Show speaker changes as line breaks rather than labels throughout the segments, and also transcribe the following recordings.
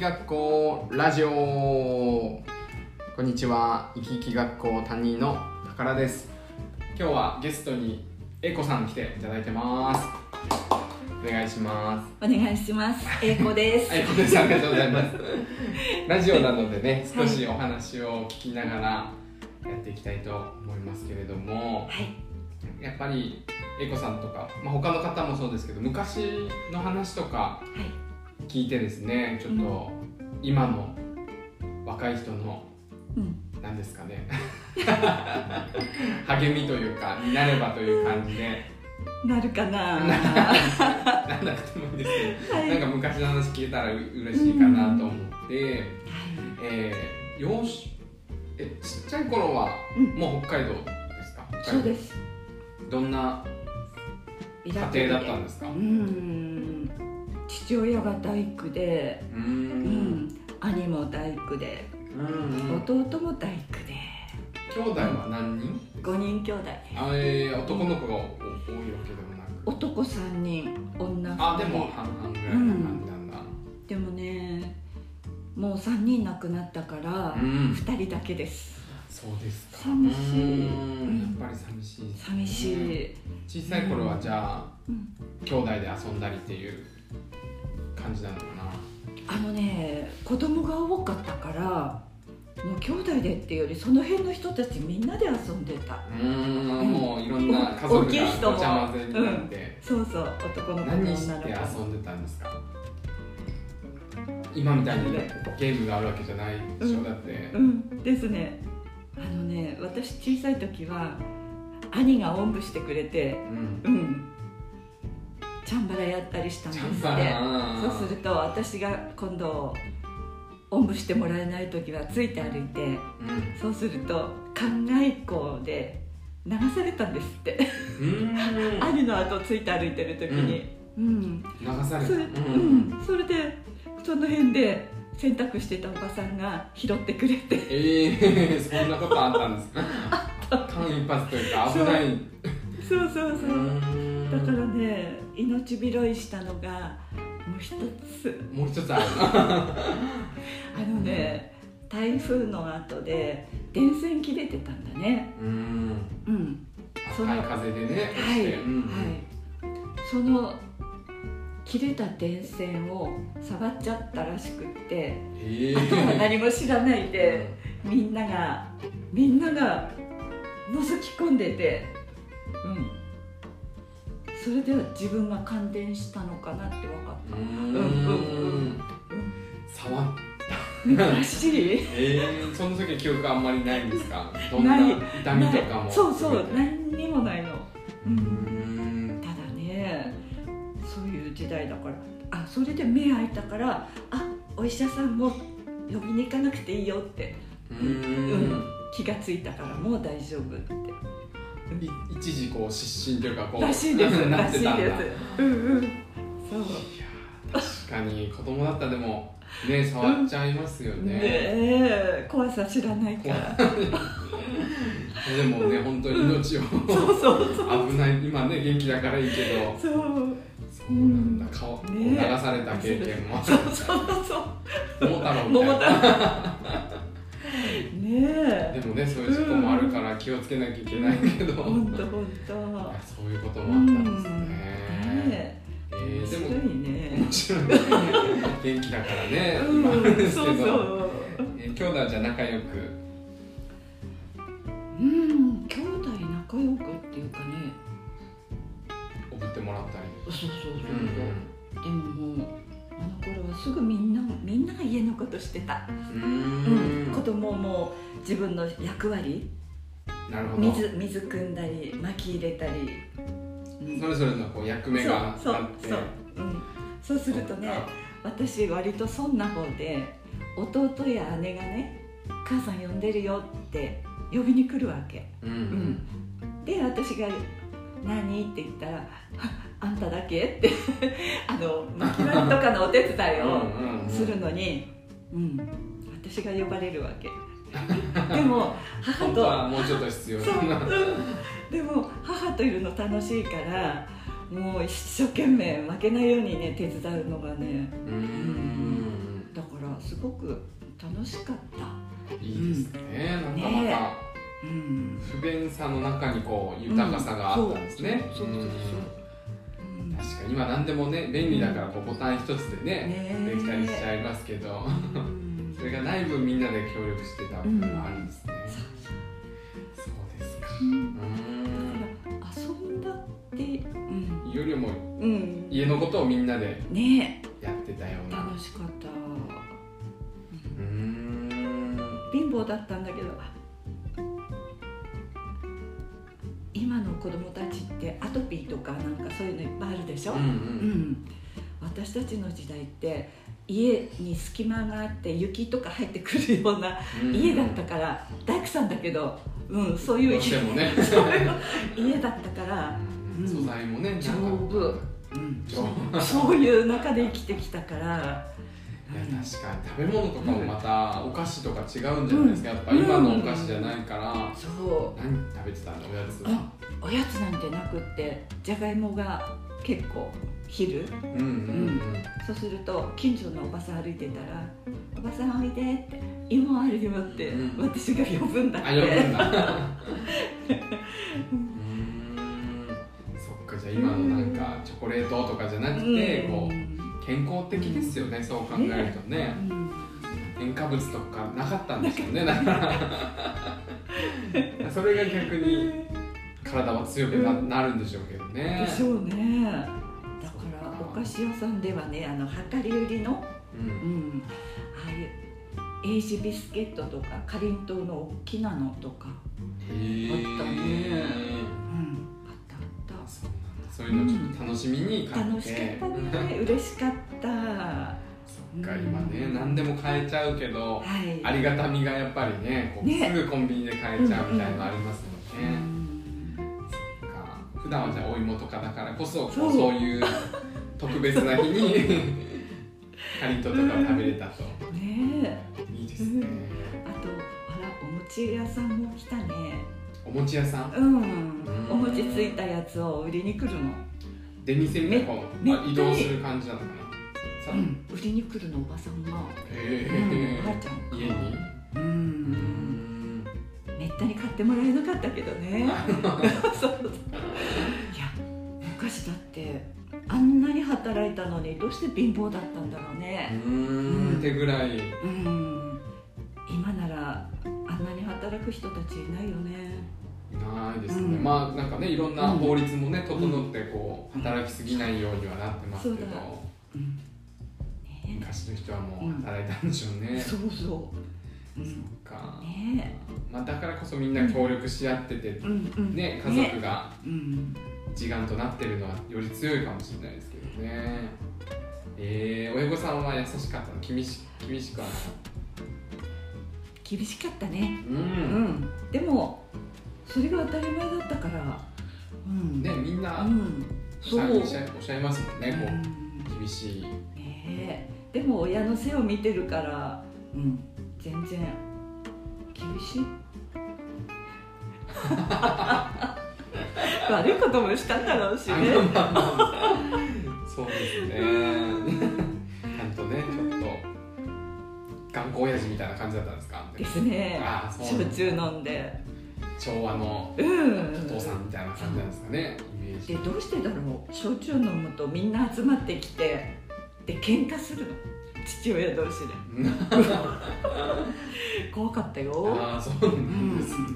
学校ラジオこんにちは生き生き学校担任の宝です今日はゲストにえこさん来ていただいてますお願いしま
お願いします。英子です
す。えこですありがとうございますラジオなのでね少しお話を聞きながらやっていきたいと思いますけれども
はい。
やっぱりえこさんとか、まあ、他の方もそうですけど昔の話とか
はい。
聞いてですねちょっと今の若い人の
うん。
何ですかね 励みというかになればという感じで
なる かな。
なんなくてもいいんですけど、
はい
なんか昔の話聞けたらう嬉しいかなと思って、えー、幼少えちっちゃい頃は
うん
もう北海道ですか北海道
そうです。
どんな
家
家庭だったんですか
うーん。父親が大工で、
うー
うんん。兄も大工で、
うんうん
弟も大工で、
兄弟は何人
五人兄弟。
あえー男の子がお多いわけでもなく
男三人、女
あ
二
で
人。
も半々ぐらいな感じなんだ
でもね、もう三人亡くなったから、
ん
二人だけです。
そうですか
寂しい
うん
うん
やっぱり寂しいですね
寂しい。
小さい頃はじゃあ
うん。
兄弟で遊んだりっていう感じなのかな
あのね子供が多かったからもう兄弟でっていうよりその辺の人たちみんなで遊んでた
うー
うんん
もういろんな家族
大きい人
が
も
ごちゃ混ぜになって
そうそう男の子
何
も
し
女の
て
子
遊
も
んでたんですか今みたいにゲームがあるわけじゃないでしょ
うん
だって
うんですねあのね私小さい時は兄がおんぶしてくれて
うん
うんチャンバラやったりしたん
ジ
です
ャン
っ
パー
て
な
そうすると私が今度おんぶしてもらえない時はついて歩いて
うん
そうすると考えっこで流されたんですって
うーん
兄の後をついて歩いてる時に、うん
流され
そ
た
れうん、それでその辺で洗濯してたおばさんが拾ってく れて
ええそんなことあったんですか。間一髪というか危ない。う
そうそうそう、
ーん
だからね命拾いしたのがもう一つ
もう一つある
あのね台風の後で電線切れてたんだね
な。うん。
うんその
高い風でね落
は
ち
い、
て。うん
はいその切れた電線を触っちゃったらしくって
ええ
あとは何も知らないで。みんながみんなが覗き込んでてうんそれでは自分が感電したのかなって分かっ
う
た、
ん。
うんうん
触っ
珍しい
ええその時記憶あんまりないんですか。どんな
ない
痛みとかも。
そうそう
含めて
何にもないの
う
うん
ん。
ただねそういう時代だからあそれで目開いたからあお医者さんも呼びに行かなくていいよって
う
うん
ん。
気がついたからもう大丈夫って
い一時こう失神というかこう。
らしいです
な
ら
っ
しい
てたんだ
で。すうんうんそう
いやー確かに子供だったらでもね触っちゃいますよ
ね
ね、
え怖さ知らないから
でもね本当に命を
そうそうそう
危ない今ね元気だからいいけど
そう
そうなんだ顔、
ね
流された経験も
そうそうそう
桃太郎み
桃
たい
太
な
ね
で
え
もねそういう事故もあるから気をつけなきゃいけないけど、
ほんとほんと
あ
ね
そういうこともあったんですね、
え
え
面
ー、で
白い
も
ね
面白いね元気だからね、今あれ
う
で
ん
すけ
そ
ど
うそう
えー兄弟はじゃあ仲良く
うん兄弟仲良くっていうかね
おぶってもらったり、
そうそうそう
う
そうでももうあの頃はすぐみんなみんなが家のことしてた
うん
うん子供も自分の役割
なるほど
水水汲んだり巻き入れたり、うん
それぞれのこう役目があって
そうそうそう,、うん、そうするとね私割とそんな方で弟や姉がね「母さん呼んでるよ」って呼びに来るわけ、
うんう
うんで私が「何?」って言ったら 「あんただけ?」って あの巻き割りとかのお手伝いを
うんうん
するのに、うん、私が呼ばれるわ けでも母
本当
と
はもうちょっと必要
そう
な
でも母といるの楽しいからもう一生懸命負けないようにね手伝うのがね
うん
だからからすごく楽しかった、
いいですね、なんかまた
うん
不便さの中にこう豊かさがあったんですね、
うんそうそうそううん
うん確かに今何でもね便利だからこうボタン一つでね、
ね
できたりしちゃいますけど、
うん
それがない分みんなで協力してた部分があるんですね、そうですか
うん
うー
遊んだって、うん
んよりも
うん、
家のことをみんなで
ね
やってたような
楽しかった、
うーん
貧乏だったんだけどあ今の子供たちってアトピーとかなんかそういうのいっぱいあるでしょ、
う
うんん、私たちの時代って家に隙間があって雪とか入ってくるような
うん
家だったから大工さんだけど、うん、 そう
ど
いう
うしてもね
家だったから、うん
素材もねなんか
丈夫うん、
丈夫
そういう中で生きてきたか
い
ら、
や確かに食べ物とかもまたお菓子とか違うんじゃないですか、やっぱ
うん
今のお菓子じゃないから、
そう
何食べてたのおやつは
あおやつなんてなくってじゃがいもが結構
うん
昼
うんうん
そうすると近所のおばさん歩いてたら「おばさんおいで」って「芋あるよ」って
うん
私が呼ぶんだっ
あよく
て、
ん だうーんそっかじゃあ今のなんかチョコレートとかじゃなくて、こう健康的ですよねそう考えるとね
うん
塩化物とかなかったんですよねだからそれが逆に体は強くななるんでしょうけどね
でしょうねだからお菓子屋さんではねあの量り売りの、
うん
うん、ああいうエイジビスケットとかかりんとうの大きなのとか、
へー
あったねうん、あったあった
そうなんだそういうのちょっと楽しみに買って、
楽しかったね嬉しかったは
そっか今ね何でも買えちゃうけど
い
ありがたみがやっぱりねこう
ね
すぐコンビニで買えちゃうみたいなのありますもん
う
ね、
ん
そっか普段はじゃあお芋とかだからこそこう
そう
そういう特別な日にカリンととかを食べれたと、
ね
いいですね、
えあとあらお餅屋さんも来たね
お餅屋さん
うん
うん
お餅ついたやつを売りに来るの
出店みたいなこう、
め
まあ、移動する感じなのかなさ、
うん売りに来るのおばさんが、
へ
うん、
え
おばあちゃんが
家に
う
うんん
めったに買ってもらえなかったけどねそうそういや昔だってあんなに働いたのにどうして貧乏だったんだろうね
うんってぐらい
うん今ならあんなに働く人たちいないよね
ないですね、
うん
まあなんかねいろんな
うん
法律もね整ってこう働きすぎないようにはなってますけど
そうだうんね
昔の人はもう働いたんでしょうね、そ
そうそう、う
っ
ん、
か、
ね
まあ、だからこそみんな協力し合ってて
う、んうん
ね家族が
うん
一丸となってるのはより強いかもしれないですけどねえー、親御さんは優しかったの厳し厳しくはなかった
厳しかったね
う、
うんんでもそれが当たり前だったからうん
ねみん
う
な、
ん
お
そ
っしゃお
う
っしゃおっしゃいますもんねこ
うん
う厳しい
ねえでも親の背を見てるから、うん、全然厳し い悪いこともしたんだろうしね
そうですね。
うん
ちゃんとね、ちょっと頑固親父みたいな感じだったんですか。
ですね
ああそうなんだ
焼酎飲んで
昭和の
うん
お父さんみたいな感じなんですかね。イメー
で
ジ。
どうしてだろう焼酎飲むとみんな集まってきてで喧嘩するの父親同士 で怖かった よ、
ああ、そうなんですね。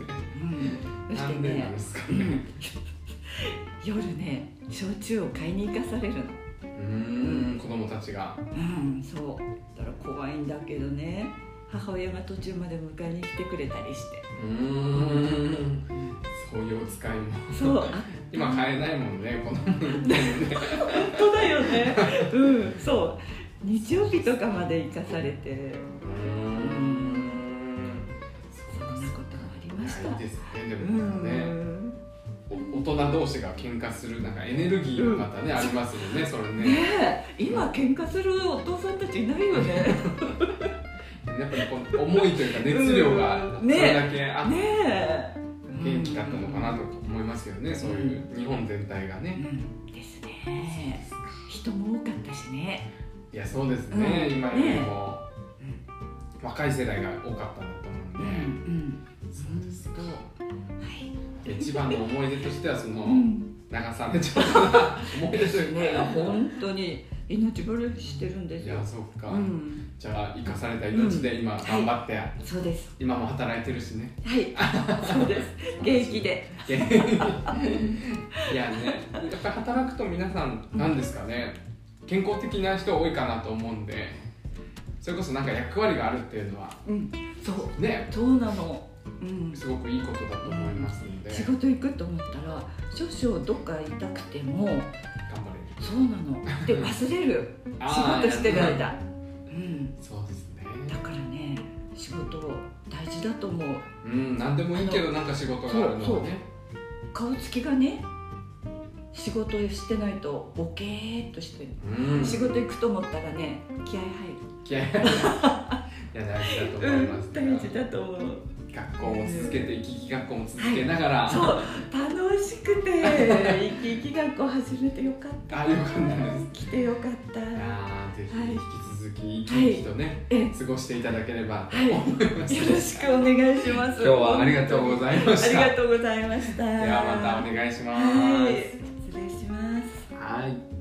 うん、そ
な
して
んでなん
ね
ですか
う
ね
ん。夜ね焼酎を買いに行かされるの
うーん、子供たちが。
うんそうだから怖いんだけどね母親が途中まで迎えに来てくれたりして
うーん。そういうお使いも。
そうあ
今買えないもんね、この。
本当だよねうんそう日曜日とかまで行かされ
う
て
ーん。
そんなこともありました
ないですね、で
う
もなんかね。
ん
お大人同士が喧嘩するなんかエネルギーがまたね、ありますよねそれね
ねえ今喧嘩するお父さんたちいないよね
やっぱりこう思いというか熱量が
う
そ
んね
れだけあって
ねえ
元気だったのかなと思いますよねそういう日本全体が
う
ね
んですね人も多かったしね
いやそうですね、
うん
今よりも
うん
若い世代が多かったんだと思うん
うんう
で、
ん
そうですか
はい
一番の思い出としてはその
うん
流されちゃったな思い出というか
ね本当に命拾いしてるんです
い
よ
やそっか、
うん
じゃあ生かされた命で今頑張って、
そうです
今も働いてるし ね
はいそうです元気で
いやいやねやっぱり働くと皆さんなんですかね、健康的な人多いかなと思うんでそれこそなんか役割があるっていうのは
うんそう
ね
そうなのうん
すごくいいことだと思いますので
仕事行くと思ったら少々どっか痛くても
頑張れる
そうな ので忘れる仕
あー
事してる
いや
間うん
そうですね
だからね仕事大事だと思う
うん何でもいいけどなんか仕事があるのはね
顔つきがね仕事してないとボケーっとしてる
うん
仕事行くと思ったらね気合入
気合 いいや大事だと
る、
思います、
大事だと思う
学校も続けて行き来学校も続けながら、
そう楽し くて生き生き学校始めてよかっ
あよかったです
た来てよかった
いやーぜひ引き続き生き生きとね、
え
過ごしていただければと
はいよ
思います、
ろしくお願いします
今日はありがとうございました
ありがとうございました
ではまたお願いします
はい失礼します
はい